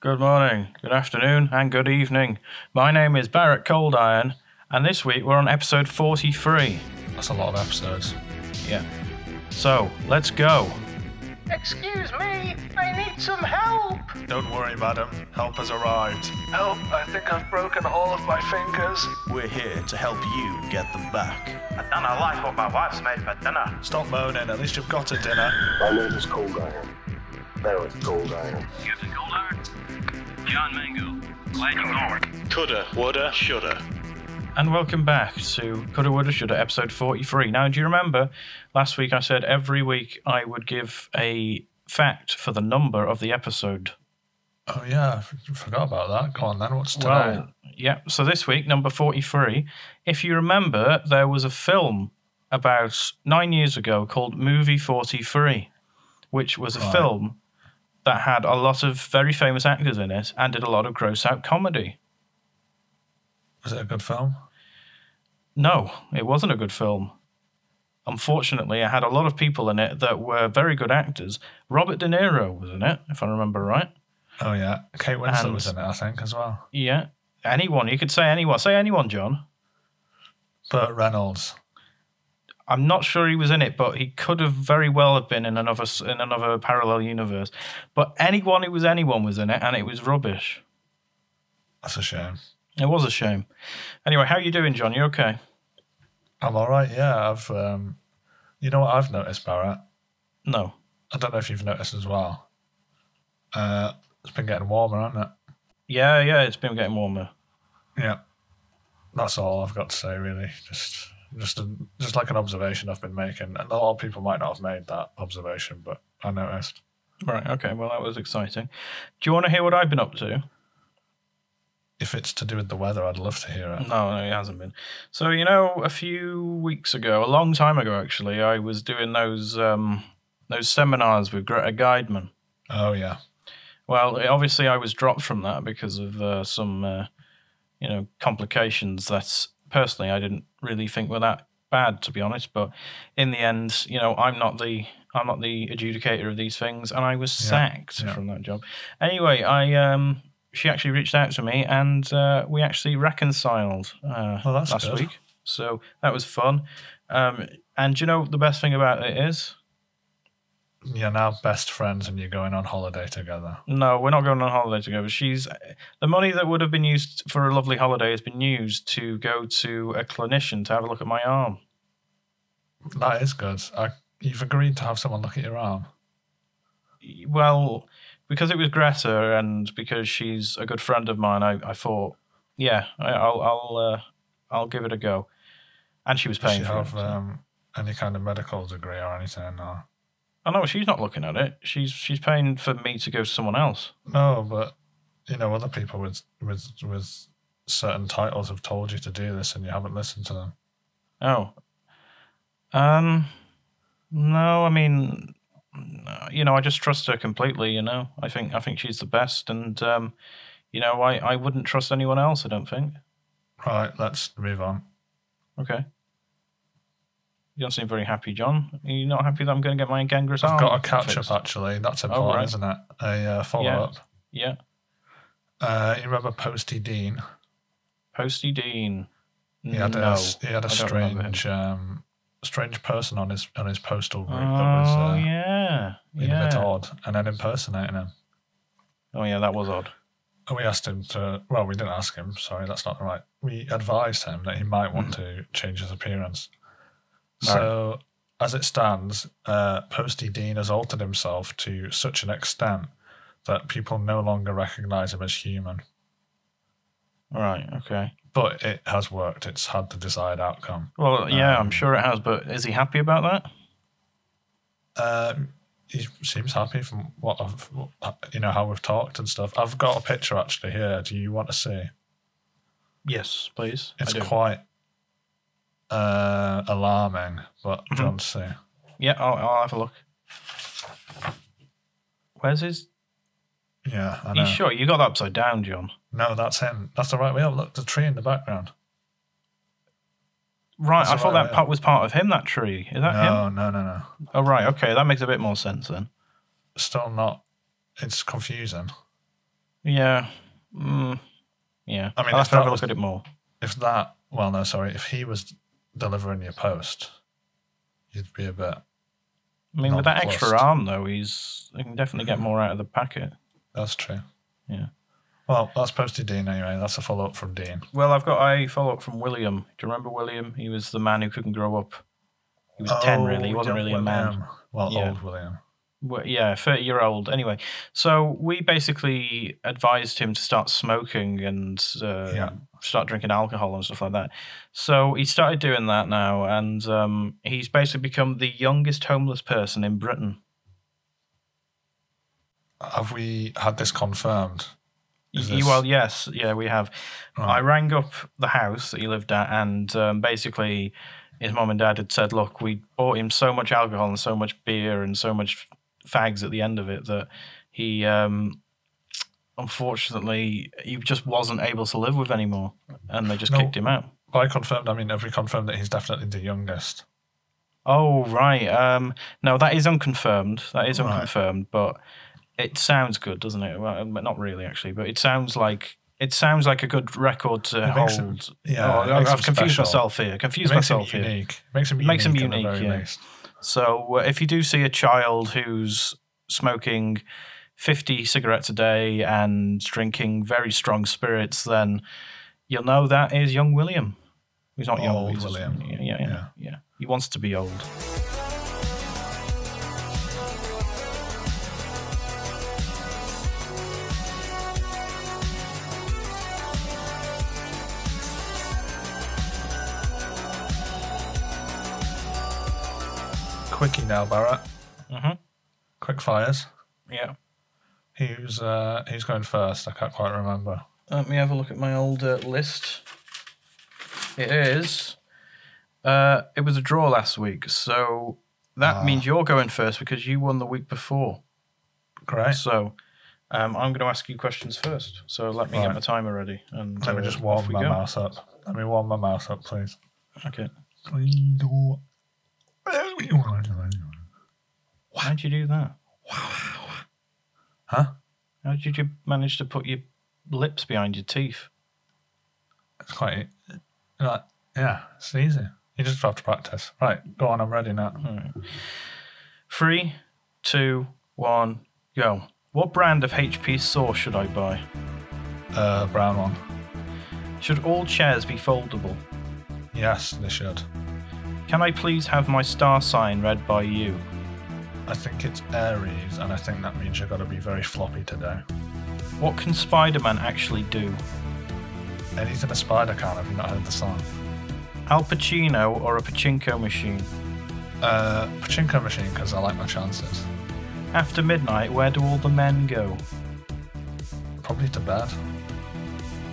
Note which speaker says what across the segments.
Speaker 1: Good morning, good afternoon, and good evening. My name is Barrett Coldiron, and this week we're on episode 43.
Speaker 2: That's a lot of episodes.
Speaker 1: Yeah. So, let's go.
Speaker 3: Excuse me, I need some help.
Speaker 4: Don't worry, madam. Help has arrived.
Speaker 5: Help, I think I've broken all of my fingers.
Speaker 4: We're here to help you get them back.
Speaker 6: I don't like what my wife's made for dinner.
Speaker 4: Stop moaning, at least you've got a dinner.
Speaker 7: My name is Cold Iron. Barrett Cold Iron.
Speaker 8: Captain Cold Iron? John Mango. Glad you're going.
Speaker 9: Coulda, woulda, shoulda.
Speaker 1: And welcome back to Coulda Woulda Shoulda episode 43. Now, do you remember last week I said every week I would give a fact for the number of the episode?
Speaker 2: Oh yeah, I f- forgot about that. Go on then. What's today?
Speaker 1: yeah. So this week, number 43, if you remember, there was a film about nine years ago called Movie 43, which was a
Speaker 2: Right.
Speaker 1: film that had a lot of very famous actors in it and did a lot of gross out comedy.
Speaker 2: Was it a good film?
Speaker 1: No, it wasn't a good film. Unfortunately, it had a lot of people in it that were very good actors. Robert De Niro was in it, if I remember right.
Speaker 2: Oh yeah, Kate Winslet
Speaker 1: And-
Speaker 2: was in it, I think, as well.
Speaker 1: Yeah. Anyone. You could say anyone. Say anyone, John.
Speaker 2: Burt Reynolds.
Speaker 1: I'm not sure he was in it, but he could have very well have been in another s- in another parallel universe. But anyone who was anyone was in it, and it was rubbish.
Speaker 2: That's a shame.
Speaker 1: It was a shame. Anyway, how you doing, John? You okay?
Speaker 2: I'm all right. Yeah, I've. Um, you know what I've noticed, Barrett.
Speaker 1: No.
Speaker 2: I don't know if you've noticed as well. Uh, it's been getting warmer, hasn't it?
Speaker 1: Yeah, yeah. It's been getting warmer.
Speaker 2: Yeah. That's all I've got to say, really. Just, just, a, just like an observation I've been making, and a lot of people might not have made that observation, but I noticed.
Speaker 1: Right. Okay. Well, that was exciting. Do you want to hear what I've been up to?
Speaker 2: If it's to do with the weather, I'd love to hear it.
Speaker 1: No, no, it hasn't been. So you know, a few weeks ago, a long time ago actually, I was doing those um, those seminars with Greta Guideman.
Speaker 2: Oh yeah,
Speaker 1: Well, eh, obviously, I was dropped from that because of uh, some uh, you know complications that personally I didn't really think were that bad, to be honest. But in the end, you know, I'm not the I'm not the adjudicator of these things, and I was
Speaker 2: Yeah,
Speaker 1: sacked
Speaker 2: yeah.
Speaker 1: from that job. Anyway, I um, she actually reached out to me, and uh, we actually reconciled uh,
Speaker 2: Well, that's
Speaker 1: last
Speaker 2: good.
Speaker 1: week. So that was fun. Um, and you know the best thing about it is
Speaker 2: you're now best friends, and you're going on holiday together.
Speaker 1: No, we're not going on holiday together. She's the money that would have been used for a lovely holiday has been used to go to a clinician to have a look at my arm.
Speaker 2: That is good. I, you've agreed to have someone look at your arm.
Speaker 1: Well, because it was Greta and because she's a good friend of mine, I, I thought, yeah, I, I'll I'll uh, I'll give it a go. And she was
Speaker 2: Does
Speaker 1: paying
Speaker 2: she
Speaker 1: for
Speaker 2: have
Speaker 1: it.
Speaker 2: um, any kind of medical degree or anything? Or...
Speaker 1: I know she's not looking at it. She's she's paying for me to go to someone else.
Speaker 2: No, but you know, other people with with with certain titles have told you to do this, and you haven't listened to them.
Speaker 1: Oh. Um. No, I mean, no, you know, I just trust her completely. You know, I think I think she's the best, and um, you know, I I wouldn't trust anyone else. I don't think.
Speaker 2: Right, let's move on.
Speaker 1: Okay. You don't seem very happy, John. Are you not happy that I'm going to get my gangrenous arm?
Speaker 2: I've got a catch
Speaker 1: fixed?
Speaker 2: up actually. That's important,
Speaker 1: Oh, right.
Speaker 2: isn't it? A uh, follow up.
Speaker 1: Yeah,
Speaker 2: Uh, you remember Posty Dean?
Speaker 1: Posty Dean.
Speaker 2: He had
Speaker 1: no,
Speaker 2: a he had a
Speaker 1: I don't remember him.
Speaker 2: strange um, strange person on his on his postal
Speaker 1: Oh
Speaker 2: group that was uh,
Speaker 1: yeah,
Speaker 2: being a bit
Speaker 1: yeah.
Speaker 2: odd, and then impersonating him.
Speaker 1: Oh yeah, that was odd.
Speaker 2: And we asked him to. Well, we didn't ask him. Sorry, that's not right. We advised him that he might want to change his appearance.
Speaker 1: Right.
Speaker 2: So, as it stands, uh, Posty Dean has altered himself to such an extent that people no longer recognise him as human.
Speaker 1: Right. Okay.
Speaker 2: But it has worked. It's had the desired outcome.
Speaker 1: Well, yeah, I'm
Speaker 2: Um,
Speaker 1: sure it has. But is he happy about that?
Speaker 2: Um, he seems happy from what I've, you know, how we've talked and stuff. I've got a picture actually here. Do you want to see?
Speaker 1: Yes, please. I
Speaker 2: It's
Speaker 1: do.
Speaker 2: quite uh, alarming, but
Speaker 1: Mhm.
Speaker 2: don't see.
Speaker 1: Yeah, I'll, I'll have a look. Where's his?
Speaker 2: Yeah, I
Speaker 1: Are
Speaker 2: know.
Speaker 1: you sure you got that upside down, John?
Speaker 2: No, that's him. That's the right way up. Look, the tree in the background.
Speaker 1: Right,
Speaker 2: That's
Speaker 1: I
Speaker 2: the
Speaker 1: thought
Speaker 2: right
Speaker 1: that
Speaker 2: way.
Speaker 1: part was part of him. That tree is that him?
Speaker 2: no, no, no, no.
Speaker 1: Oh, right. Okay, that makes a bit more sense then.
Speaker 2: Still not. It's confusing.
Speaker 1: Yeah. Mm, yeah.
Speaker 2: I mean,
Speaker 1: I'll have
Speaker 2: if
Speaker 1: to have
Speaker 2: that
Speaker 1: a
Speaker 2: was-
Speaker 1: look at it more.
Speaker 2: If that, well, no, sorry, if he was delivering your post, you'd be a bit.
Speaker 1: I mean, with that extra
Speaker 2: nonplussed.
Speaker 1: arm, though, he's he can definitely get more out of the packet.
Speaker 2: That's true.
Speaker 1: Yeah.
Speaker 2: Well, that's posted to Dean anyway. That's a follow up from Dean.
Speaker 1: Well, I've got a follow up from William. Do you remember William? He was the man who couldn't grow up. He was 10, really. He wasn't
Speaker 2: young
Speaker 1: really a man.
Speaker 2: Oh, William. Well,
Speaker 1: Yeah.
Speaker 2: old William.
Speaker 1: Well, yeah, 30 year old. Anyway, so we basically advised him to start smoking and uh,
Speaker 2: Yeah.
Speaker 1: start drinking alcohol and stuff like that. So he started doing that now, and um, he's basically become the youngest homeless person in Britain.
Speaker 2: Have we had this confirmed? Is
Speaker 1: Y-
Speaker 2: this-
Speaker 1: Well, yes, yeah, we have. I rang up the house that he lived at, and um, basically, his mom and dad had said, "Look, we bought him so much alcohol and so much beer and so much fags at the end of it that he, um, unfortunately, he just wasn't able to live with anymore, and they just
Speaker 2: No.
Speaker 1: kicked him out."
Speaker 2: By confirmed, I mean, have we confirmed that he's definitely the youngest?
Speaker 1: Oh right, um, no, that is unconfirmed. That is
Speaker 2: Right.
Speaker 1: unconfirmed, but it sounds good, doesn't it? Well, but not really actually, but it sounds like it sounds like a good record to
Speaker 2: It
Speaker 1: hold.
Speaker 2: makes him- yeah,
Speaker 1: Oh,
Speaker 2: it
Speaker 1: I've
Speaker 2: makes him
Speaker 1: I've confused
Speaker 2: special.
Speaker 1: myself here.
Speaker 2: It
Speaker 1: Confused
Speaker 2: makes him
Speaker 1: myself here.
Speaker 2: unique. It makes him unique.
Speaker 1: Makes him
Speaker 2: at the
Speaker 1: unique,
Speaker 2: very
Speaker 1: yeah.
Speaker 2: least.
Speaker 1: So uh, if you do see a child who's smoking 50 cigarettes a day and drinking very strong spirits, then you'll know that is young William. He's not young.
Speaker 2: Old
Speaker 1: he's just-
Speaker 2: William.
Speaker 1: Yeah, yeah,
Speaker 2: Yeah.
Speaker 1: yeah, yeah. He wants to be old.
Speaker 2: Quickie now, Barrett. Mm-hmm.
Speaker 1: Mhm.
Speaker 2: Quick fires.
Speaker 1: Yeah.
Speaker 2: Who's uh, who's going first? I can't quite remember.
Speaker 1: Let me have a look at my old uh, list. It is. Uh, it was a draw last week, so that
Speaker 2: Ah.
Speaker 1: means you're going first because you won the week before.
Speaker 2: Great.
Speaker 1: So um, I'm going to ask you questions first. So let me
Speaker 2: Right.
Speaker 1: get my timer ready. And
Speaker 2: Let me
Speaker 1: uh,
Speaker 2: just
Speaker 1: off
Speaker 2: warm
Speaker 1: we
Speaker 2: my
Speaker 1: go.
Speaker 2: mouse up. Let me warm my mouse up, please.
Speaker 1: Okay. How'd you do that?
Speaker 2: Huh?
Speaker 1: How did you manage to put your lips behind your teeth?
Speaker 2: It's quite. Like, yeah, it's easy. You just have to practice. Right, go on. I'm ready now.
Speaker 1: Three, two, one, go. What brand of HP sauce should I buy?
Speaker 2: Uh, brown one.
Speaker 1: Should all chairs be foldable?
Speaker 2: Yes, they should.
Speaker 1: Can I please have my star sign read by you?
Speaker 2: I think it's Aries, and I think that means you've got to be very floppy today.
Speaker 1: What can Spider Man actually do?
Speaker 2: Anything a spider can. Have you not heard the song?
Speaker 1: Al Pacino or a pachinko machine?
Speaker 2: Uh, pachinko machine because I like my chances.
Speaker 1: After midnight, where do all the men go?
Speaker 2: Probably to bed.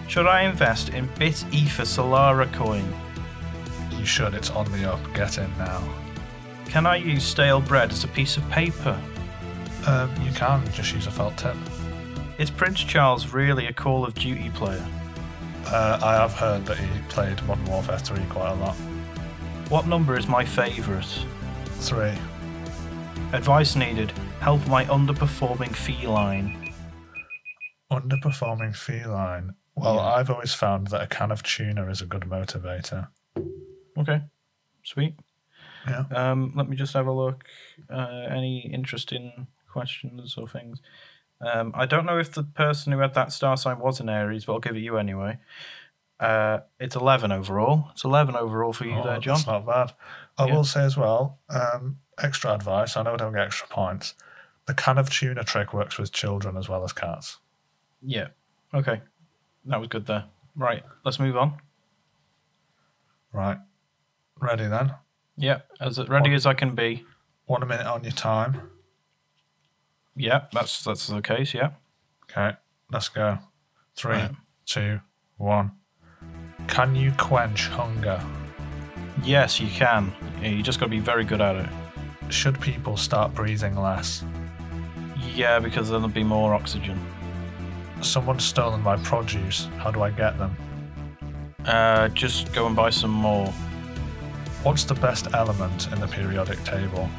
Speaker 1: Should I invest in Bit Ether Solara coin?
Speaker 2: You should. It's on the up. Get in now.
Speaker 1: Can I use stale bread as a piece of paper?
Speaker 2: Um, you can just use a felt tip.
Speaker 1: Is Prince Charles really a Call of Duty player?
Speaker 2: Uh, I have heard that he played Modern Warfare 3 quite a lot.
Speaker 1: What number is my favourite?
Speaker 2: Three.
Speaker 1: Advice needed. Help my underperforming feline.
Speaker 2: Underperforming feline. Well, I've always found that a can of tuna is a good motivator.
Speaker 1: Okay, sweet.
Speaker 2: Yeah.
Speaker 1: Um, let me just have a look. Uh, any interesting questions or things? Um, I don't know if the person who had that star sign was an Aries, but I'll give it you anyway. Uh, it's 11 overall. It's 11 overall for you
Speaker 2: Oh,
Speaker 1: there, John.
Speaker 2: That's not bad. I
Speaker 1: Yeah.
Speaker 2: will say as well, um, extra advice. I know I don't get extra points. The can of tuna trick works with children as well as cats.
Speaker 1: Yeah. Okay. That was good there. Right. Let's move on.
Speaker 2: Right. Ready then?
Speaker 1: Yeah. As ready as I can be.
Speaker 2: One minute on your time.
Speaker 1: Yeah. That's that's the case. Yeah.
Speaker 2: Okay. Let's go. Three,
Speaker 1: Right.
Speaker 2: two, one. Can you quench hunger?
Speaker 1: Yes, you can. You just got to be very good at it.
Speaker 2: Should people start breathing less?
Speaker 1: Yeah, because then there'll be more oxygen.
Speaker 2: Someone's stolen my produce. How do I get them?
Speaker 1: Uh, just go and buy some more
Speaker 2: What's the best element in the periodic table?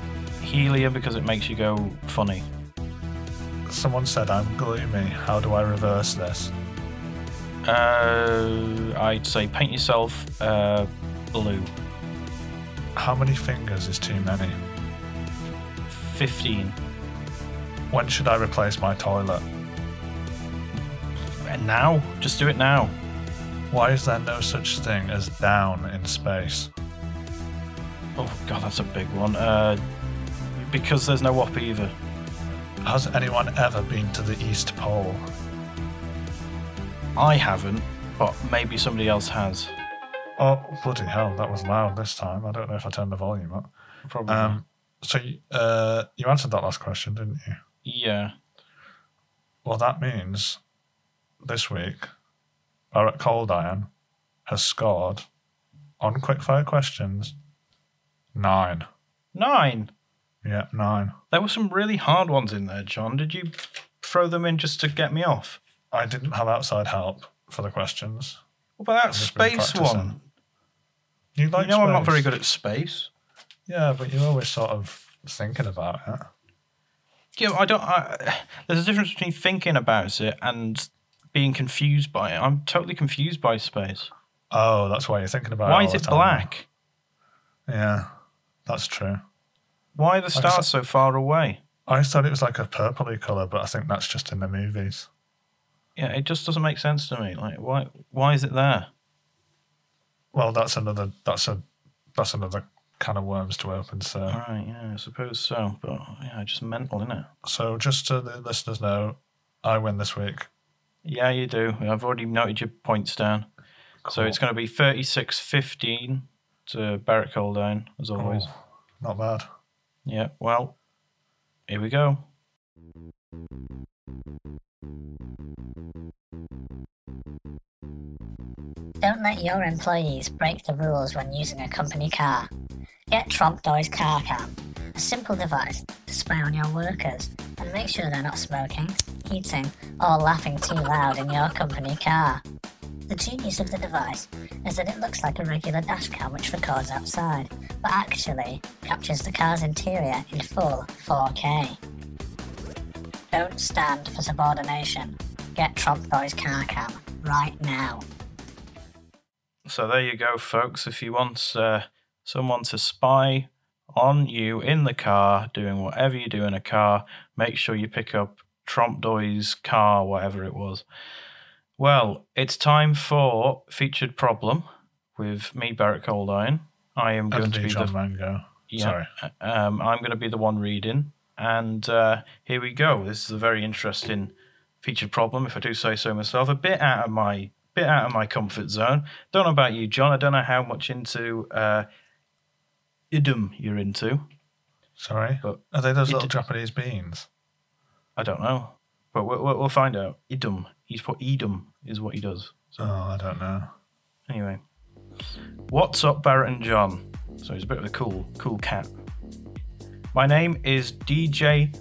Speaker 1: helium because it makes you go funny.
Speaker 2: someone said I'm gloomy. How do I reverse this?
Speaker 1: Uh, I'd say paint yourself uh, blue.
Speaker 2: How many fingers is too many?
Speaker 1: 15.
Speaker 2: When should I replace my toilet?
Speaker 1: And now? Just do it now.
Speaker 2: Why is there no such thing as down in space?
Speaker 1: Oh, God, that's a big one. Uh, because there's no up either.
Speaker 2: Has anyone ever been to the East Pole?
Speaker 1: I haven't, but maybe somebody else has.
Speaker 2: Oh, bloody hell, that was loud this time. I don't know if I turned the volume up.
Speaker 1: Probably.
Speaker 2: Um, so you, uh, you answered that last question, didn't you?
Speaker 1: yeah.
Speaker 2: Well, that means this week, Barrett Cold Iron has scored on quickfire questions nine.
Speaker 1: Nine.
Speaker 2: Yeah, nine.
Speaker 1: There were some really hard ones in there, John. Did you throw them in just to get me off?
Speaker 2: I didn't have outside help for the questions.
Speaker 1: What about that
Speaker 2: Just been
Speaker 1: space
Speaker 2: practicing.
Speaker 1: one?
Speaker 2: You
Speaker 1: You
Speaker 2: like?
Speaker 1: know I'm not
Speaker 2: space.
Speaker 1: very good at space.
Speaker 2: Yeah, but you're always sort of thinking about it.
Speaker 1: Yeah, I don't. I, there's a difference between thinking about it and being confused by it. I'm totally confused by space.
Speaker 2: Oh, that's why you're thinking about it.
Speaker 1: Why
Speaker 2: all
Speaker 1: is
Speaker 2: the
Speaker 1: it
Speaker 2: time.
Speaker 1: black?
Speaker 2: Yeah, that's true.
Speaker 1: Why are the
Speaker 2: I
Speaker 1: stars so far away?
Speaker 2: I thought it was like a purpley color, but I think that's just in the movies.
Speaker 1: Yeah, it just doesn't make sense to me. Like, why? Why is it there?
Speaker 2: Well, that's another. That's a. That's another can of worms to open. So.
Speaker 1: All right, yeah, I suppose so. But yeah, just mental, innit?
Speaker 2: So just to the listeners know, I win this week.
Speaker 1: Yeah, you do. I've already noted your points down. So
Speaker 2: Cool.
Speaker 1: it's going to be 36-15 to Barrett Coldown, as always.
Speaker 2: Oh, not bad.
Speaker 1: Yeah, well, here we go.
Speaker 9: Don't let your employees break the rules when using a company car. Get Tromp Doy's Car Cam, a simple device to spy on your workers and make sure they're not smoking, eating, or laughing too loud in your company car. The genius of the device is that it looks like a regular dash cam which records outside, but actually captures the car's interior in full 4K. Don't stand for subordination. Get Tromp Doy's Car Cam right now.
Speaker 1: So there you go, folks. If you want uh, someone to spy on you in the car, doing whatever you do in a car, make sure you pick up Tromp Doy's car, whatever it was. Well, it's time for featured problem with me, Barrett Coldiron. I am going
Speaker 2: And
Speaker 1: to
Speaker 2: me,
Speaker 1: be
Speaker 2: John
Speaker 1: the
Speaker 2: Mango.
Speaker 1: yeah,
Speaker 2: Sorry.
Speaker 1: um, I'm going to be the one reading, and uh, here we go. This is a very interesting featured problem, if I do say so myself. A bit out of my bit out of my comfort zone. Don't know about you, John. I don't know how much into uh, idum you're into.
Speaker 2: Sorry.
Speaker 1: But
Speaker 2: Are they those
Speaker 1: it
Speaker 2: little
Speaker 1: d-
Speaker 2: Japanese beans?
Speaker 1: I don't know, but we'll, we'll we'll find out. Idum. He's put idum is what he does.
Speaker 2: Oh, I don't know.
Speaker 1: Anyway, what's up, Barrett and John? So he's a bit of a cool, cool cat. My name is DJ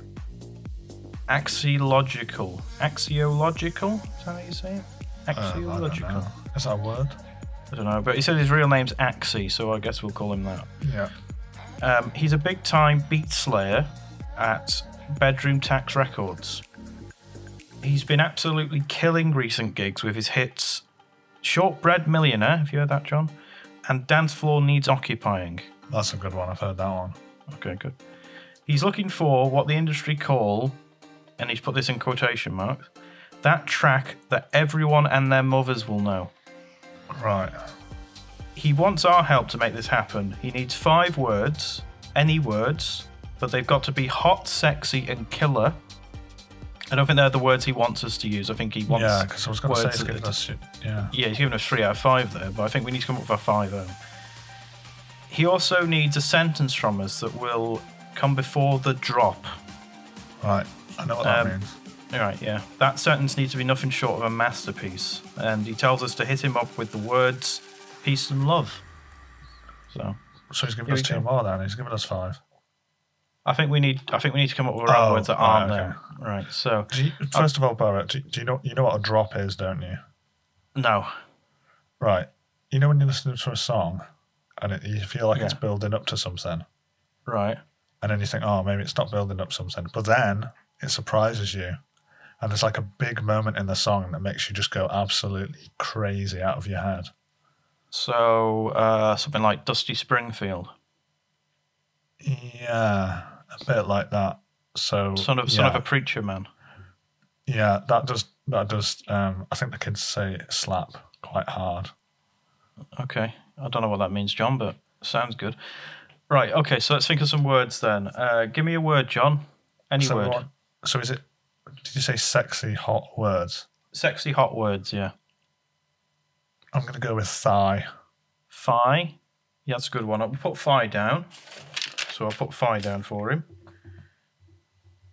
Speaker 1: Axiological. Axiological? Is that how you say it?
Speaker 2: Uh, I don't
Speaker 1: Axiological.
Speaker 2: know. Is that a word?
Speaker 1: I don't know, but he said his real name's Axie, so I guess we'll call him that.
Speaker 2: Yeah.
Speaker 1: Um, he's a big time beat slayer at Bedroom Tax Records. He's been absolutely killing recent gigs with his hits Shortbread Millionaire, have you heard that, John? And Dance Floor Needs Occupying.
Speaker 2: That's a good one. I've heard that one.
Speaker 1: Okay, good. He's looking for what the industry call, and he's put this in quotation marks, that track that everyone and their mothers will know.
Speaker 2: Right.
Speaker 1: He wants our help to make this happen. He needs five words, any words, but they've got to be hot, sexy, and killer. I don't think they're the words he wants us to use. I think he wants.
Speaker 2: Yeah, because I was going to say
Speaker 1: words
Speaker 2: it's
Speaker 1: that-
Speaker 2: giving us. Yeah.
Speaker 1: Yeah, he's given us three out of five there, but I think we need to come up with a five. Um. He also needs a sentence from us that will come before the drop.
Speaker 2: Right. I know what that
Speaker 1: Um,
Speaker 2: means.
Speaker 1: All right, yeah. That sentence needs to be nothing short of a masterpiece. And he tells us to hit him up with the words peace and love. So.
Speaker 2: So he's giving
Speaker 1: here
Speaker 2: us
Speaker 1: we
Speaker 2: two
Speaker 1: go.
Speaker 2: more then. He's giving us five.
Speaker 1: I think we need. I think we need to come up with our own
Speaker 2: Oh,
Speaker 1: words that
Speaker 2: right,
Speaker 1: aren't
Speaker 2: okay.
Speaker 1: there. Right. So
Speaker 2: Do you, first of all, Barrett, do, do you know you know what a drop is, don't you?
Speaker 1: no.
Speaker 2: Right. You know when you're listening to a song, and it, you feel like it's
Speaker 1: Yeah.
Speaker 2: building up to something,
Speaker 1: Right.
Speaker 2: and then you think, oh, maybe it's not building up something, but then it surprises you. And it's like a big moment in the song that makes you just go absolutely crazy out of your head.
Speaker 1: So uh, something like Dusty Springfield,
Speaker 2: Yeah, a bit like that. So
Speaker 1: son of
Speaker 2: yeah,
Speaker 1: son of a preacher man.
Speaker 2: yeah, that does that does. Um, I think the kids say slap quite hard.
Speaker 1: Okay, I don't know what that means, John, but sounds good. Right. Okay, so let's think of some words then. Uh, give me a word, John. Any
Speaker 2: So,
Speaker 1: word.
Speaker 2: what- so is it? Did you say sexy hot words?
Speaker 1: Sexy hot words. Yeah.
Speaker 2: I'm gonna go with thigh.
Speaker 1: Phi. Yeah, that's a good one. I'll put Phi down. So I'll put Phi down for him.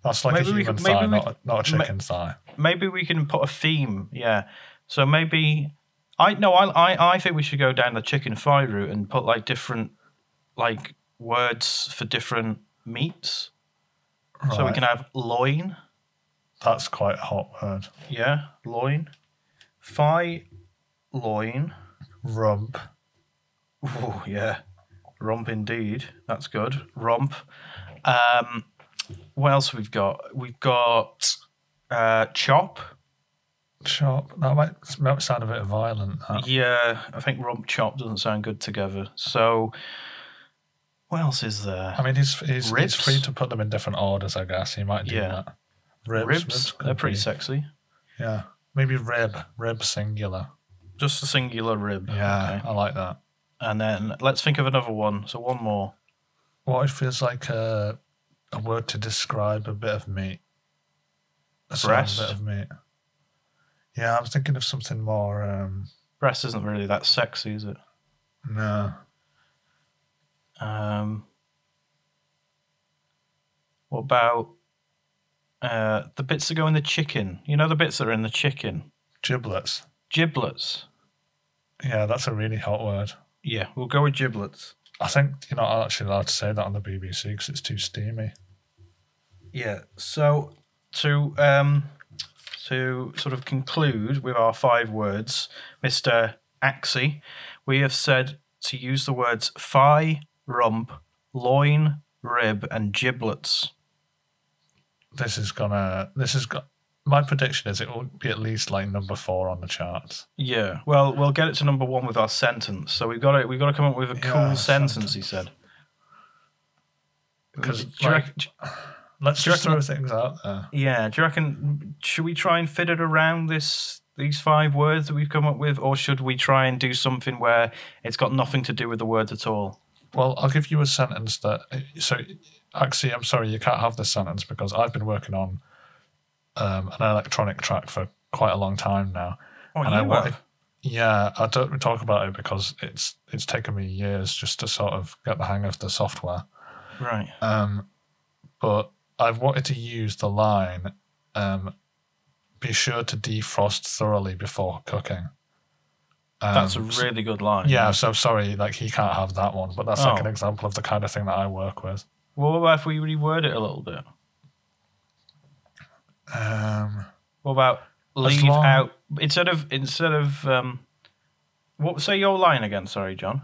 Speaker 2: That's like
Speaker 1: Maybe
Speaker 2: a
Speaker 1: we
Speaker 2: human
Speaker 1: could- maybe
Speaker 2: thigh,
Speaker 1: we
Speaker 2: not a, not a
Speaker 1: ma-
Speaker 2: chicken thigh.
Speaker 1: Maybe we can put a theme. Yeah. So maybe I no I I, I think we should go down the chicken Phi route and put like different like words for different meats. So we
Speaker 2: Right.
Speaker 1: can have loin.
Speaker 2: That's quite a hot word.
Speaker 1: Yeah, loin. Phi loin.
Speaker 2: Rump.
Speaker 1: Oh yeah, romp indeed. That's good. Romp. Um, what else we've got? We've got uh, chop.
Speaker 2: Chop. That might, that might sound a bit violent. that.
Speaker 1: Yeah, I think rump chop doesn't sound good together. So, what else is there?
Speaker 2: I mean, he's he's, he's
Speaker 1: Ribs?
Speaker 2: free to put them in different orders. I guess he might do
Speaker 1: Yeah.
Speaker 2: that. Ribs.
Speaker 1: Ribs.
Speaker 2: could
Speaker 1: They're pretty
Speaker 2: be-
Speaker 1: sexy.
Speaker 2: Yeah. Maybe rib. Rib singular.
Speaker 1: Just a singular rib.
Speaker 2: Yeah,
Speaker 1: Okay.
Speaker 2: I like that.
Speaker 1: And then let's think of another one. So one more.
Speaker 2: What if it's like a a word to describe a bit of meat? A certain
Speaker 1: Breast?
Speaker 2: bit of meat. Yeah, I was thinking of something more. Um,
Speaker 1: Breast isn't really that sexy, is it?
Speaker 2: no,
Speaker 1: Um, what about uh, the bits that go in the chicken? You know the bits that are in the chicken?
Speaker 2: giblets.
Speaker 1: Giblets.
Speaker 2: Yeah, that's a really hot word.
Speaker 1: Yeah, we'll go with giblets.
Speaker 2: I think you're not actually allowed to say that on the BBC because it's too steamy.
Speaker 1: Yeah. So to um to sort of conclude with our five words, Mr. Axie, we have said to use the words thigh, rump, loin, rib, and giblets.
Speaker 2: This is gonna. This is got. My prediction is it will be at least like number four on the charts.
Speaker 1: Yeah. Well, we'll get it to number one with our sentence. So we've got to we've got to come up with a cool
Speaker 2: Yeah,
Speaker 1: sentence, He said.
Speaker 2: 'Cause,
Speaker 1: Do you
Speaker 2: like,
Speaker 1: reckon-
Speaker 2: Let's
Speaker 1: Do you
Speaker 2: just throw
Speaker 1: reckon-
Speaker 2: things out there.
Speaker 1: yeah. Do you reckon? Should we try and fit it around this these five words that we've come up with, or should we try and do something where it's got nothing to do with the words at all?
Speaker 2: Well, I'll give you a sentence that. So, actually, I'm sorry, you can't have this sentence because I've been working on um, an electronic track for quite a long time now.
Speaker 1: Oh,
Speaker 2: And I
Speaker 1: you
Speaker 2: wanted-
Speaker 1: have.
Speaker 2: Yeah, I don't talk about it because it's it's taken me years just to sort of get the hang of the software.
Speaker 1: Right.
Speaker 2: Um, but I've wanted to use the line um, be sure to defrost thoroughly before cooking. Um,
Speaker 1: That's a really good line.
Speaker 2: yeah, so sorry, like he can't have that one, but that's like
Speaker 1: Oh.
Speaker 2: an example of the kind of thing that I work with.
Speaker 1: Well, what about if we reword it a little bit?
Speaker 2: Um,
Speaker 1: What about leave
Speaker 2: long-
Speaker 1: out instead of instead of um, what? Say your line again. Sorry, John.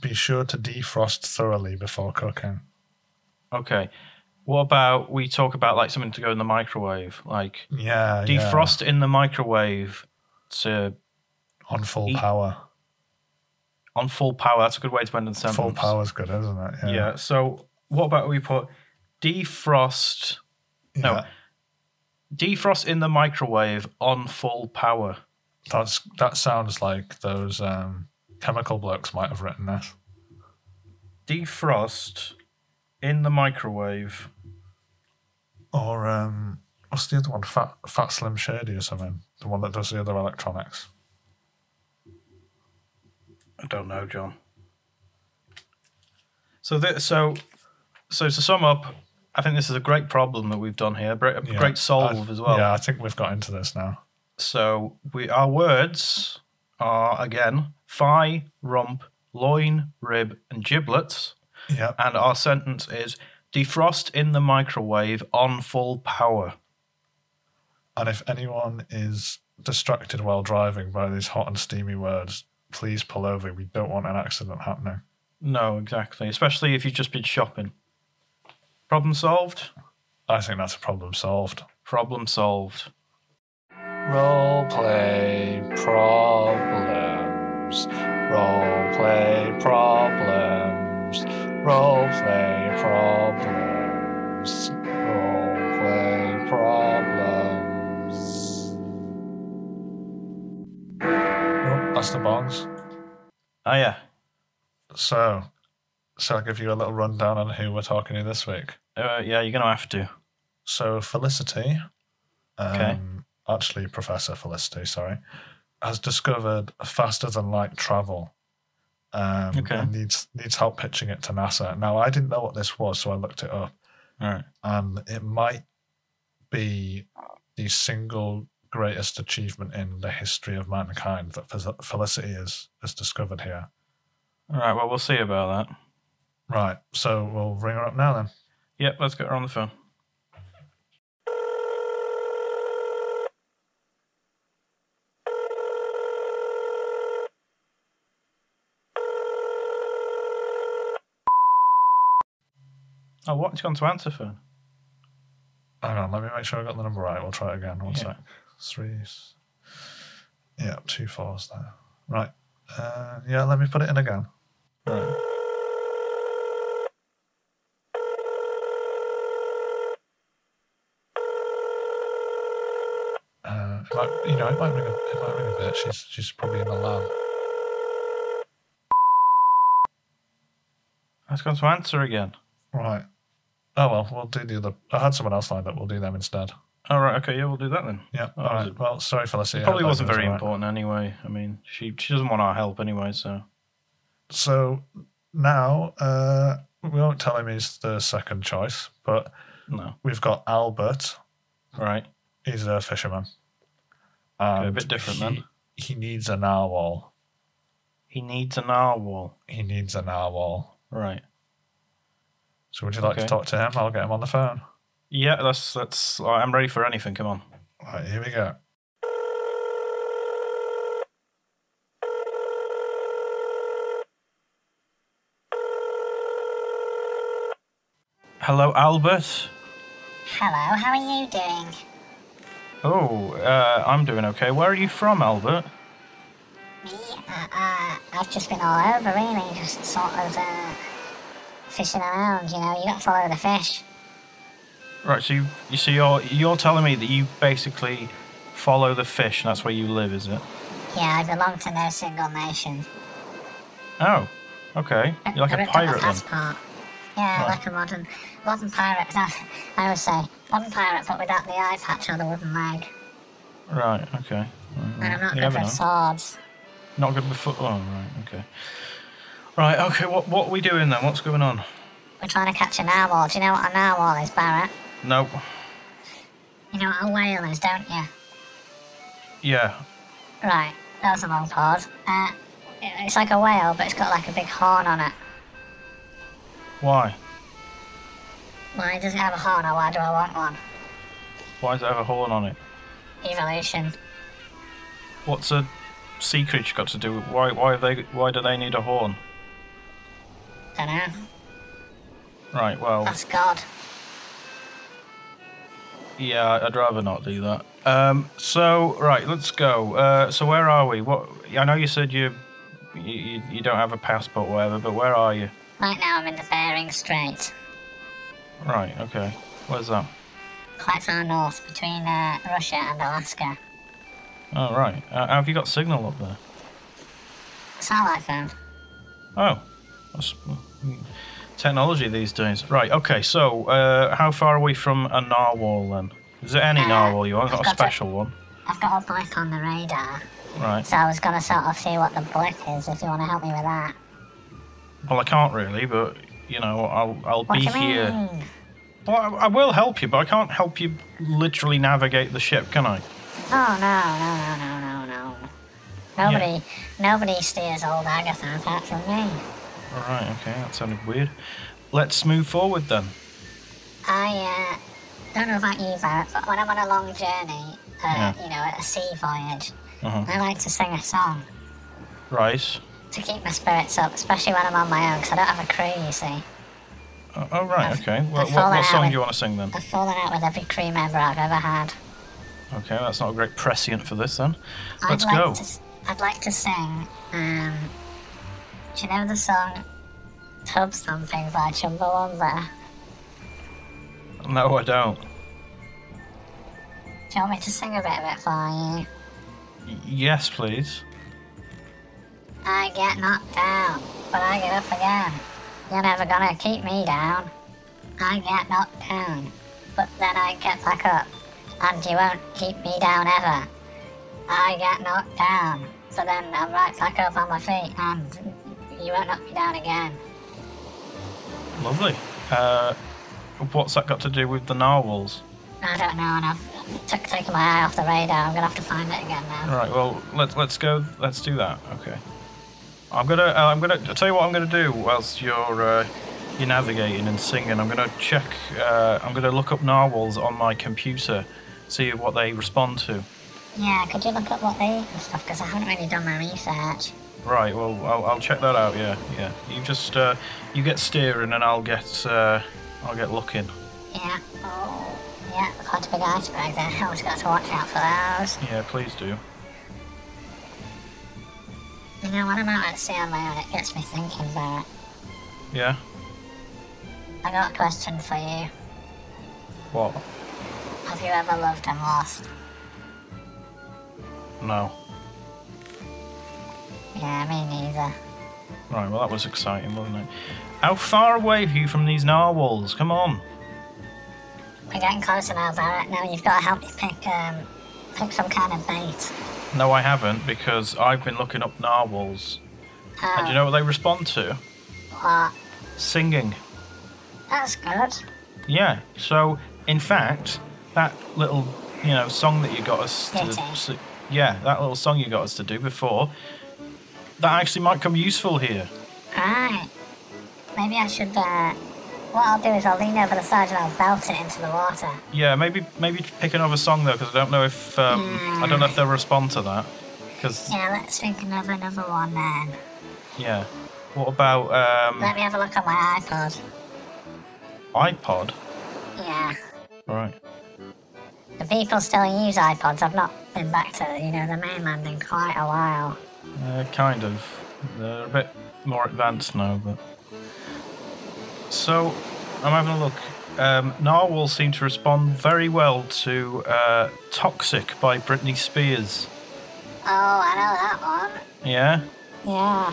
Speaker 2: be sure to defrost thoroughly before cooking.
Speaker 1: Okay. What about we talk about like something to go in the microwave, like
Speaker 2: Yeah, yeah,
Speaker 1: defrost in the microwave to
Speaker 2: on full
Speaker 1: Eat-
Speaker 2: power.
Speaker 1: on full power. That's a good way to end the sentence.
Speaker 2: Full power's good, isn't it?
Speaker 1: Yeah. So what about we put defrost? No.
Speaker 2: Yeah.
Speaker 1: Defrost in the microwave on full power.
Speaker 2: That's that sounds like those um, chemical blokes might have written this.
Speaker 1: Defrost in the microwave.
Speaker 2: Or um, what's the other one? Fat, Fat Slim Shady or something. The one that does the other electronics.
Speaker 1: I don't know, John. So that so so to sum up, I think this is a great problem that we've done here. Great,
Speaker 2: Yeah.
Speaker 1: great solve
Speaker 2: I-
Speaker 1: as well.
Speaker 2: Yeah, I think we've got into this now.
Speaker 1: So we our words are again thigh, rump, loin, rib, and giblets.
Speaker 2: Yeah,
Speaker 1: And our sentence is defrost in the microwave on full power.
Speaker 2: and if anyone is distracted while driving by these hot and steamy words, please pull over. We don't want an accident happening.
Speaker 1: No, exactly. Especially if you've just been shopping. Problem solved.
Speaker 2: I think that's a problem solved.
Speaker 1: Problem solved.
Speaker 2: Roleplay problems. Roleplay problems. Roleplay problems. Roleplay problems. Oh, that's the bongs.
Speaker 1: Oh yeah.
Speaker 2: So, shall I give you a little rundown on who we're talking to this week?
Speaker 1: Uh, yeah, you're gonna have to.
Speaker 2: So Felicity, um,
Speaker 1: Okay.
Speaker 2: actually Professor Felicity, sorry, has discovered faster than light travel. Um,
Speaker 1: Okay.
Speaker 2: And needs needs help pitching it to NASA. Now I didn't know what this was, so I looked it up,
Speaker 1: All right.
Speaker 2: and it might be the single greatest achievement in the history of mankind that Fel- Felicity is has discovered here.
Speaker 1: All right. Well, we'll see about that.
Speaker 2: Right. So we'll ring her up now then.
Speaker 1: Yep. Let's get her on the phone. Oh, what? It's gone to answer phone.
Speaker 2: Hang on, let me make sure I got the number right. We'll try it again. One
Speaker 1: Yeah.
Speaker 2: sec. Three. s- Yeah, two fours there. Right. Uh, yeah, let me put it in again.
Speaker 1: Right.
Speaker 2: Uh, it might, you know, it might ring a, it might ring a bit. She's she's probably in the lab.
Speaker 1: It's gone to answer again.
Speaker 2: Right. Oh well, we'll do the other. I had someone else lined up. We'll do them instead.
Speaker 1: All Oh, right. Okay. Yeah, we'll do that then.
Speaker 2: Yeah.
Speaker 1: Oh,
Speaker 2: all
Speaker 1: was
Speaker 2: right.
Speaker 1: it-
Speaker 2: Well, sorry, Felicity. I
Speaker 1: Probably
Speaker 2: hope
Speaker 1: wasn't
Speaker 2: that goes
Speaker 1: very
Speaker 2: all right.
Speaker 1: important anyway. I mean, she she doesn't want our help anyway, so
Speaker 2: So now uh, we won't tell him he's the second choice, but
Speaker 1: no.
Speaker 2: we've got Albert,
Speaker 1: Right.
Speaker 2: He's a fisherman.
Speaker 1: a
Speaker 2: And
Speaker 1: bit different
Speaker 2: he,
Speaker 1: then.
Speaker 2: He needs a narwhal.
Speaker 1: He needs a narwhal.
Speaker 2: He needs a narwhal.
Speaker 1: Right.
Speaker 2: So would you like
Speaker 1: Okay.
Speaker 2: to talk to him? I'll get him on the phone.
Speaker 1: Yeah, that's that's. I'm ready for anything. Come on.
Speaker 2: Right, here we go.
Speaker 1: Hello, Albert.
Speaker 9: Hello, how are you doing?
Speaker 1: Oh, uh, I'm doing okay. Where are you from, Albert?
Speaker 9: Me? Uh, uh, I've just been all over, really, just sort of uh, fishing around, you know, you gotta follow the fish.
Speaker 1: Right. So you, you see, you're you're telling me that you basically follow the fish, and that's where you live, is it?
Speaker 9: Yeah, I belong to no single nation.
Speaker 1: Oh. Okay. You're like
Speaker 9: I
Speaker 1: a
Speaker 9: ripped up my
Speaker 1: pirate then.
Speaker 9: passport. Yeah,
Speaker 1: Right.
Speaker 9: like a modern, modern pirate. I, I always say, modern pirate, but without the eye patch or the wooden leg.
Speaker 1: Right. Okay. Mm-hmm.
Speaker 9: And I'm not
Speaker 1: Mm, You
Speaker 9: good
Speaker 1: never
Speaker 9: with
Speaker 1: know.
Speaker 9: swords.
Speaker 1: Not good before. Oh, right. Okay. Right. Okay. What what are we doing then? What's going on?
Speaker 9: We're trying to catch a narwhal. Do you know what a narwhal is, Barrett?
Speaker 1: Nope.
Speaker 9: You know what a whale is, don't you?
Speaker 1: Yeah.
Speaker 9: Right, that was a long pause. Uh, it- it's like a whale, but it's got like a big horn on it.
Speaker 1: Why?
Speaker 9: Why does it have a horn, or why do I want one?
Speaker 1: Why does it have a horn on it?
Speaker 9: Evolution.
Speaker 1: What's a sea creature got to do with why? Why have they? Why do they need a horn?
Speaker 9: Don't know.
Speaker 1: Right. Well.
Speaker 9: That's God.
Speaker 1: Yeah. I'd rather not do that. Um. So right. Let's go. Uh. So where are we? What? I know you said you, you, you you don't have a passport or whatever, but where are you?
Speaker 9: Right now, I'm in the Bering Strait,
Speaker 1: Right. Okay. Where's that?
Speaker 9: quite far north between uh, Russia and Alaska.
Speaker 1: Oh right. Uh, have you got signal up there?
Speaker 9: Satellite phone.
Speaker 1: Oh, that's mm, technology these days. Right. Okay. So, uh, how far are we from a narwhal then? Is it any
Speaker 9: Uh,
Speaker 1: narwhal you want?
Speaker 9: I've
Speaker 1: Not a
Speaker 9: got it.
Speaker 1: special one.
Speaker 9: I've got a blip on the radar,
Speaker 1: Right.
Speaker 9: so I was gonna sort of see what the blip is. If you want to help me with that.
Speaker 1: Well, I can't really, but you know, I'll I'll
Speaker 9: What
Speaker 1: be
Speaker 9: do you
Speaker 1: here.
Speaker 9: mean?
Speaker 1: Well, I, I will help you, but I can't help you literally navigate the ship, can I?
Speaker 9: Oh no no no no no no. Nobody nobody steers old Agatha apart from me.
Speaker 1: All right. Okay. That sounded weird. Let's move forward then.
Speaker 9: I uh, don't know about you, Barrett, but when I'm on a long journey, uh,
Speaker 1: Yeah.
Speaker 9: you know, a sea voyage,
Speaker 1: Uh-huh.
Speaker 9: I like to sing a song
Speaker 1: Right.
Speaker 9: to keep my spirits up, especially when I'm on my own, because I don't have a crew, you see.
Speaker 1: Oh, oh, right,
Speaker 9: I've-
Speaker 1: okay.
Speaker 9: I've
Speaker 1: Well, what,
Speaker 9: fallen
Speaker 1: what
Speaker 9: out
Speaker 1: song
Speaker 9: with-
Speaker 1: do you want to sing then?
Speaker 9: I've fallen out with every crew member I've ever had.
Speaker 1: Okay, that's not a great prescient for this then. Let's
Speaker 9: I'd like
Speaker 1: go.
Speaker 9: To, s- I'd like to sing. Um, do you know the song "Pub Something" by Chumbawamba?
Speaker 1: No, I don't.
Speaker 9: Do you want me to sing a bit of it for you?
Speaker 1: Y- yes, please.
Speaker 9: I get knocked down, but I get up again. You're never gonna keep me down. I get knocked down, but then I get back up, and you won't keep me down ever. I get knocked down, but then I'm right back up on my feet, and you won't knock me down again.
Speaker 1: Lovely. Uh, what's that got to do with the narwhals?
Speaker 9: I don't know, and I've took, taken my eye off the radar. I'm gonna have to find it again now.
Speaker 1: Right. Well, let's let's go. Let's do that. Okay. I'm gonna uh, I'm gonna I'll tell you what I'm gonna do whilst you're uh, you're navigating and singing. I'm gonna check. Uh, I'm gonna look up narwhals on my computer, see what they respond to.
Speaker 9: Yeah, could you look up what they eat and stuff? Because I haven't really done my research.
Speaker 1: Right. Well, I'll, I'll check that out. Yeah. Yeah. You just uh, you get steering and I'll get uh, I'll get looking.
Speaker 9: Yeah. Oh, yeah, quite a big iceberg there. Always got to watch out for those.
Speaker 1: Yeah. Please do.
Speaker 9: You know, when I'm out at sea on my own, it gets me thinking about it.
Speaker 1: Yeah.
Speaker 9: I got a question for you.
Speaker 1: What?
Speaker 9: Have you ever loved and lost?
Speaker 1: No.
Speaker 9: Yeah, me neither.
Speaker 1: Right, well, that was exciting, wasn't it? How far away are you from these narwhals? Come on.
Speaker 9: We're getting closer now, Barrett. Now you've got to help me pick, um, pick some kind of bait.
Speaker 1: No, I haven't, because I've been looking up narwhals.
Speaker 9: Oh,
Speaker 1: And you know what they respond to?
Speaker 9: what?
Speaker 1: Singing.
Speaker 9: That's good.
Speaker 1: Yeah, so, in fact, that little, you know, song that you got us to...
Speaker 9: Ditty.
Speaker 1: s- yeah, that little song you got us to do before, that actually might come useful here.
Speaker 9: Right. Maybe I should, uh, what I'll do is I'll lean over the side and I'll belt it into the water.
Speaker 1: Yeah, maybe maybe pick another song, though, because I don't know if... Um, I don't know if they'll respond to that. Because,
Speaker 9: Yeah, let's think another another one then.
Speaker 1: yeah. What about um,
Speaker 9: Let me have a look at my iPod.
Speaker 1: iPod?
Speaker 9: Yeah.
Speaker 1: Right.
Speaker 9: The people still use iPods. I've not been back to, you know, the mainland in quite a while.
Speaker 1: Uh, kind of. They're a bit more advanced now, but. So, I'm having a look. Um, Narwhal seem to respond very well to uh, Toxic by Britney Spears.
Speaker 9: Oh, I know that
Speaker 1: Yeah?
Speaker 9: one. Yeah.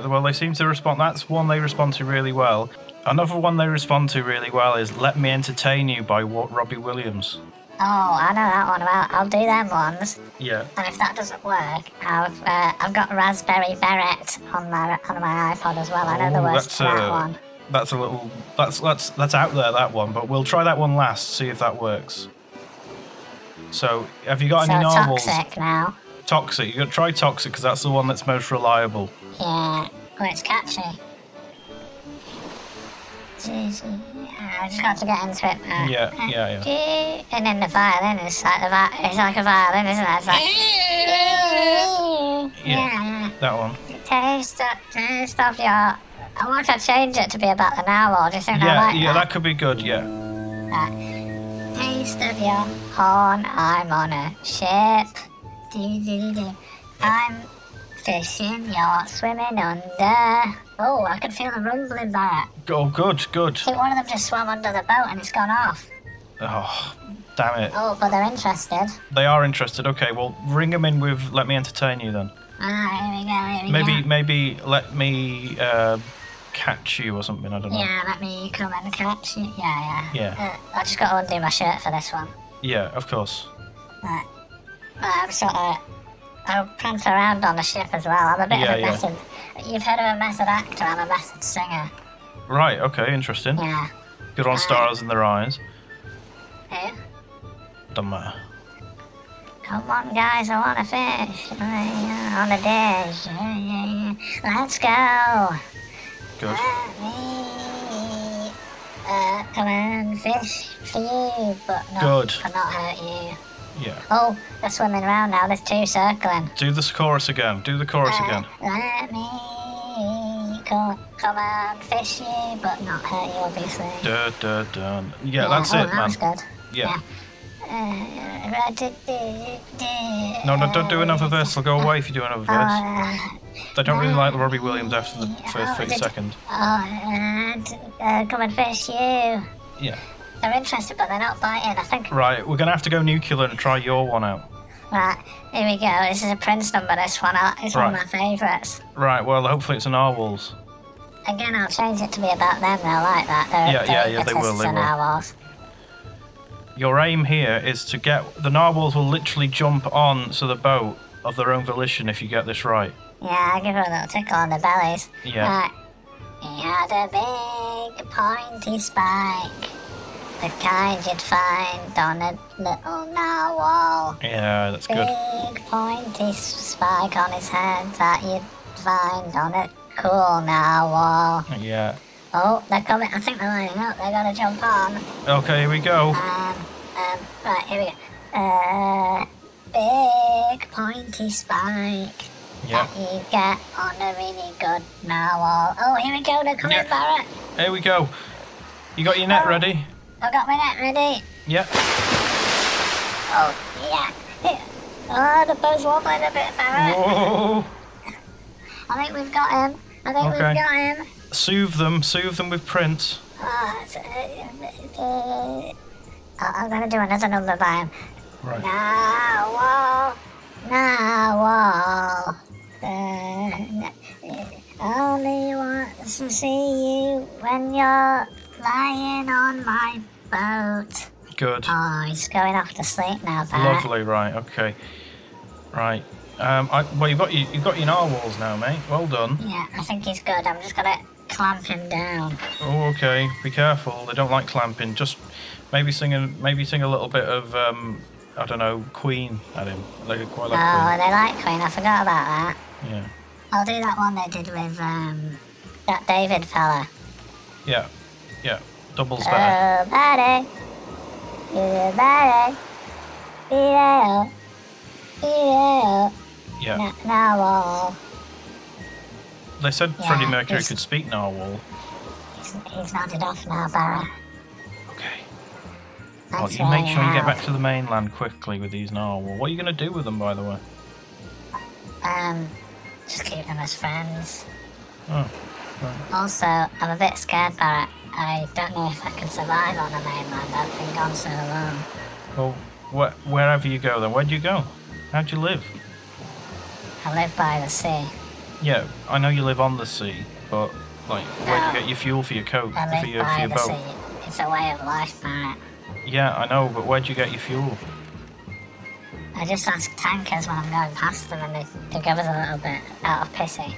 Speaker 1: Yeah, well, they seem to respond. That's one they respond to really well. Another one they respond to really well is Let Me Entertain You by Wa- Robbie Williams.
Speaker 9: Oh, I know that one. Well, I'll do them ones.
Speaker 1: Yeah.
Speaker 9: And if that doesn't work, I've uh, I've got Raspberry Beret on my on my iPod as well. I know the
Speaker 1: Ooh, Oh,
Speaker 9: words
Speaker 1: that's uh,
Speaker 9: to that
Speaker 1: a-
Speaker 9: one.
Speaker 1: That's a little. That's that's that's out there. That one, but we'll try that one last. See if that works. So, have you got
Speaker 9: So
Speaker 1: any narwhals?
Speaker 9: toxic now.
Speaker 1: Toxic. You got to try toxic because that's the one that's most reliable.
Speaker 9: Yeah. Oh, it's catchy. Jeez, yeah, I just got to get into it. uh,
Speaker 1: Yeah, yeah,
Speaker 9: And then the violin is like the vi- it's like a violin, isn't it? It's like
Speaker 1: Yeah.
Speaker 9: yeah.
Speaker 1: That one.
Speaker 9: Taste up, taste off your. I want to change it to be about the narwhal. Do you think I
Speaker 1: Yeah,
Speaker 9: like
Speaker 1: yeah,
Speaker 9: that?
Speaker 1: that could be good. Yeah.
Speaker 9: Taste of your horn. I'm on a ship. Do do do. I'm fishing. You're swimming under. Oh, I can feel the rumbling back.
Speaker 1: Oh, good, good.
Speaker 9: See, one of them just swam under the boat and it's gone off.
Speaker 1: Oh, damn it.
Speaker 9: Oh, but they're interested.
Speaker 1: They are interested. Okay, well, ring them in with "Let Me Entertain You" then.
Speaker 9: Ah, here we go. Here we
Speaker 1: Maybe,
Speaker 9: Go.
Speaker 1: maybe let me uh, catch you or something. I don't know.
Speaker 9: Yeah, let me come and catch you. Yeah, yeah.
Speaker 1: Yeah.
Speaker 9: Uh, I just got to undo my shirt for this one.
Speaker 1: Yeah, of course.
Speaker 9: Right, I'm sort of. Uh, I'll prance around on the ship as well. I'm a bit
Speaker 1: Yeah,
Speaker 9: of a
Speaker 1: yeah.
Speaker 9: method. You've heard of a method actor, I'm a method singer.
Speaker 1: Right. Okay. Interesting.
Speaker 9: Yeah. Uh,
Speaker 1: Good on stars in their eyes.
Speaker 9: Hey,
Speaker 1: Don't matter.
Speaker 9: come on, guys, I want to fish. Uh, yeah, On the dish. Yeah, yeah, yeah. Let's go.
Speaker 1: Good.
Speaker 9: Let me uh, come and fish for you, but not,
Speaker 1: Good.
Speaker 9: but not hurt you.
Speaker 1: Yeah.
Speaker 9: Oh, they're swimming around now. There's two circling.
Speaker 1: Do this chorus again. Do the chorus
Speaker 9: Uh,
Speaker 1: again.
Speaker 9: Let me caught. Come on, fish you, but not hurt you, obviously.
Speaker 1: Duh, duh, duh. Yeah, that's
Speaker 9: oh,
Speaker 1: it, man.
Speaker 9: That's good.
Speaker 1: Yeah.
Speaker 9: Uh,
Speaker 1: No, no, don't do another verse. They'll go away if you do another verse.
Speaker 9: Oh,
Speaker 1: They don't really like Robbie Williams after the first
Speaker 9: Oh,
Speaker 1: three
Speaker 9: did-
Speaker 1: seconds.
Speaker 9: uh, and, uh, come and fish you.
Speaker 1: Yeah.
Speaker 9: They're interested, but they're not biting. I think.
Speaker 1: Right, we're gonna have to go nuclear and try your one out.
Speaker 9: Right, here we go. This is a Prince number. This one, I- it's one
Speaker 1: Right.
Speaker 9: of my favourites.
Speaker 1: Right, well, hopefully it's an Narwhals.
Speaker 9: Again, I'll change it to be about them. They'll like that. They're,
Speaker 1: Yeah,
Speaker 9: they're
Speaker 1: yeah, yeah, they will,
Speaker 9: egotists
Speaker 1: they
Speaker 9: and
Speaker 1: will.
Speaker 9: narwhals.
Speaker 1: Your aim here is to get the Narwhals will literally jump on to the boat of their own volition if you get this right.
Speaker 9: Yeah, I'll give her a little tickle on the bellies.
Speaker 1: Yeah.
Speaker 9: Right. He had a big pointy spike, the kind you'd find on a little narwhal.
Speaker 1: Yeah, that's good.
Speaker 9: Big pointy s- spike on his head that you'd find on a cool narwhal.
Speaker 1: Yeah.
Speaker 9: Oh, they're coming. I think they're lining up. They're gonna jump on.
Speaker 1: Okay, here we go.
Speaker 9: Um, um, right, here we go. Uh, big pointy spike
Speaker 1: Yeah.
Speaker 9: that you get on a really good narwhal. Oh, here we go, they're coming,
Speaker 1: Yeah.
Speaker 9: Barrett.
Speaker 1: Here we go. You got your
Speaker 9: Uh,
Speaker 1: net ready?
Speaker 9: I've got my net ready.
Speaker 1: Yeah.
Speaker 9: Oh, yeah. Here. Oh, the bow's wobbling a bit, Barrett.
Speaker 1: Whoa.
Speaker 9: I think we've got him. I think
Speaker 1: Okay.
Speaker 9: we've got him.
Speaker 1: Soothe them, soothe them with Prince.
Speaker 9: Oh, it's, uh, uh, I- I'm going to do another number by him.
Speaker 1: Right.
Speaker 9: Narwhal, narwhal. Uh, only wants to see you when you're lying on my boat.
Speaker 1: Good.
Speaker 9: Oh, he's going off to sleep now, Barrett.
Speaker 1: Lovely, right, okay. Right. Um, I, well, you've got, your, you've got your narwhals now, mate. Well done.
Speaker 9: Yeah, I think he's good. I'm just going to clamp him down.
Speaker 1: Oh, okay. Be careful. They don't like clamping. Just maybe sing a maybe sing a little bit of um, I don't know Queen at him. Like quite like
Speaker 9: Oh, they like Queen. I forgot about that.
Speaker 1: Queen. Yeah.
Speaker 9: I'll do that one they did with um, that David fella.
Speaker 1: Yeah. Yeah. Doubles better.
Speaker 9: Oh, buddy. You're the buddy. Be there. Be there.
Speaker 1: yeah.
Speaker 9: Now, now uh, all.
Speaker 1: They said
Speaker 9: yeah,
Speaker 1: Freddie Mercury
Speaker 9: it's-
Speaker 1: could speak narwhal.
Speaker 9: He's, he's nodded off now, Barra.
Speaker 1: Okay. Well,
Speaker 9: That's
Speaker 1: Oh, you make
Speaker 9: right,
Speaker 1: sure you get
Speaker 9: now.
Speaker 1: back to the mainland quickly with these narwhal. What are you going to do with them, by the way?
Speaker 9: Um, just keep them as friends.
Speaker 1: Oh,
Speaker 9: Also, I'm a bit scared, Barra. I don't know if I can survive on the mainland. I've been gone so long.
Speaker 1: well, where, wherever you go, then where'd you go? How'd you live?
Speaker 9: I live by the sea.
Speaker 1: Yeah, I know you live on the sea, but like, where'd you get your fuel for your coat
Speaker 9: I
Speaker 1: for
Speaker 9: live
Speaker 1: your for
Speaker 9: by
Speaker 1: your
Speaker 9: the
Speaker 1: boat?
Speaker 9: sea. It's a way of life, Barra.
Speaker 1: Yeah, I know, but where'd you get your fuel?
Speaker 9: I just ask tankers when I'm going past them and they, they give us a little bit out of pissy.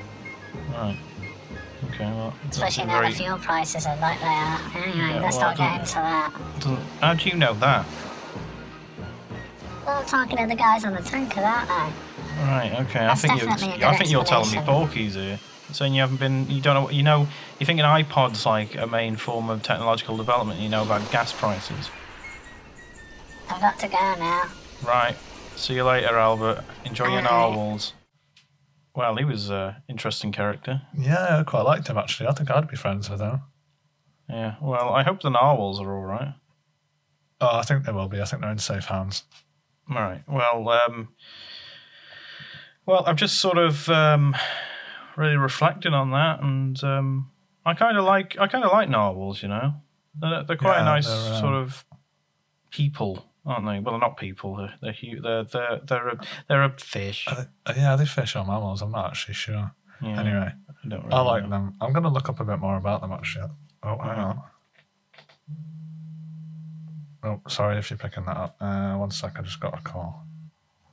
Speaker 1: Right. Okay, well, that's
Speaker 9: Especially
Speaker 1: a
Speaker 9: now
Speaker 1: very-
Speaker 9: the fuel prices are like they are. Anyway,
Speaker 1: Yeah,
Speaker 9: let's
Speaker 1: well,
Speaker 9: not get
Speaker 1: I
Speaker 9: into that.
Speaker 1: doesn't- How do you know that?
Speaker 9: Well, I'm talking to the guys on the tanker, aren't I?
Speaker 1: Right. Okay. I
Speaker 9: That's
Speaker 1: think you're.
Speaker 9: definitely a good
Speaker 1: I think you're telling me
Speaker 9: explanation.
Speaker 1: porkies here, saying you haven't been. You don't know. You know. You think an iPod's like a main form of technological development. You know about gas prices.
Speaker 9: I've got to go now.
Speaker 1: Right. See you later, Albert. Enjoy your
Speaker 9: Alright.
Speaker 1: narwhals. Well, he was a interesting character.
Speaker 2: Yeah, I quite liked him actually. I think I'd be friends with him.
Speaker 1: Yeah. Well, I hope the narwhals are all right.
Speaker 2: Oh, I think they will be. I think they're in safe hands.
Speaker 1: All right. Well, um, well, I'm just sort of um, really reflecting on that, and um, I kind of like I kind of like narwhals. You know, they're, they're quite a
Speaker 2: Yeah,
Speaker 1: nice
Speaker 2: they're, um,
Speaker 1: sort of people, aren't they? Well, they're not people. They're they're hu- they're they're, they're, a, they're a fish.
Speaker 2: Are they, uh, yeah, are they fish or mammals? I'm not actually sure.
Speaker 1: Yeah,
Speaker 2: Anyway,
Speaker 1: I, don't really
Speaker 2: I like
Speaker 1: know.
Speaker 2: them. I'm going to look up a bit more about them actually. Oh, hang on. Oh, sorry if you're picking that up. Uh, one sec, I just got a call.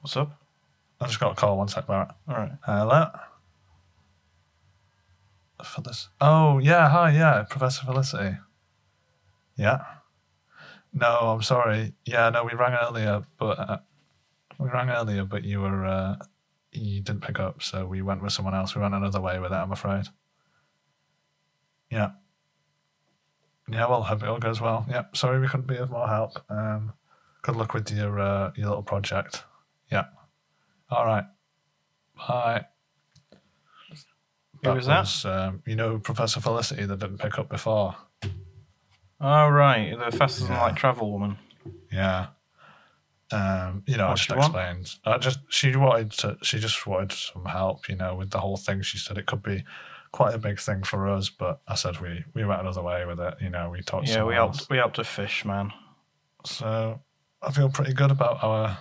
Speaker 1: What's up?
Speaker 2: I just got a call. One sec, Barrett.
Speaker 1: All right.
Speaker 2: Hello. For this. Oh yeah, hi, yeah, Professor Felicity. Yeah. No, I'm sorry. Yeah, no, we rang earlier, but uh, we rang earlier, but you were uh, you didn't pick up, so we went with someone else. We went another way with it. I'm afraid. Yeah. Yeah. Well, hope it all goes well. Yeah. Sorry, we couldn't be of more help. Um, good luck with your uh, your little project. Yeah. All right. Bye.
Speaker 1: Who was that?
Speaker 2: um, you know, Professor Felicity that didn't pick up before.
Speaker 1: Oh, right. The faster than
Speaker 2: Yeah.
Speaker 1: light travel woman.
Speaker 2: Yeah. Um, you know, I
Speaker 1: What
Speaker 2: just
Speaker 1: she want?
Speaker 2: explained. I just she wanted to. She just wanted some help. You know, with the whole thing. She said it could be quite a big thing for us, but I said we we went another way with it. You know, we talked. to
Speaker 1: Yeah, we
Speaker 2: someone else.
Speaker 1: helped, we helped a fish, man.
Speaker 2: So I feel pretty good about our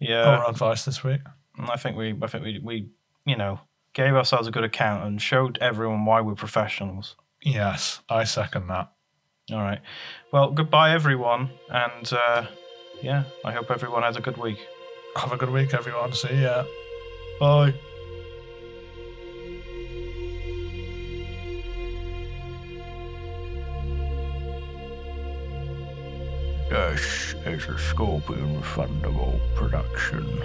Speaker 1: Yeah.
Speaker 2: our advice this week.
Speaker 1: And I think we, I think we, we, you know, gave ourselves a good account and showed everyone why we're professionals.
Speaker 2: Yes, I second that.
Speaker 1: All right. Well, goodbye, everyone. And uh, yeah, I hope everyone has a good week.
Speaker 2: Have a good week, everyone. See ya. Bye.
Speaker 4: Yes, it's a Scorpion Thunderbolt production.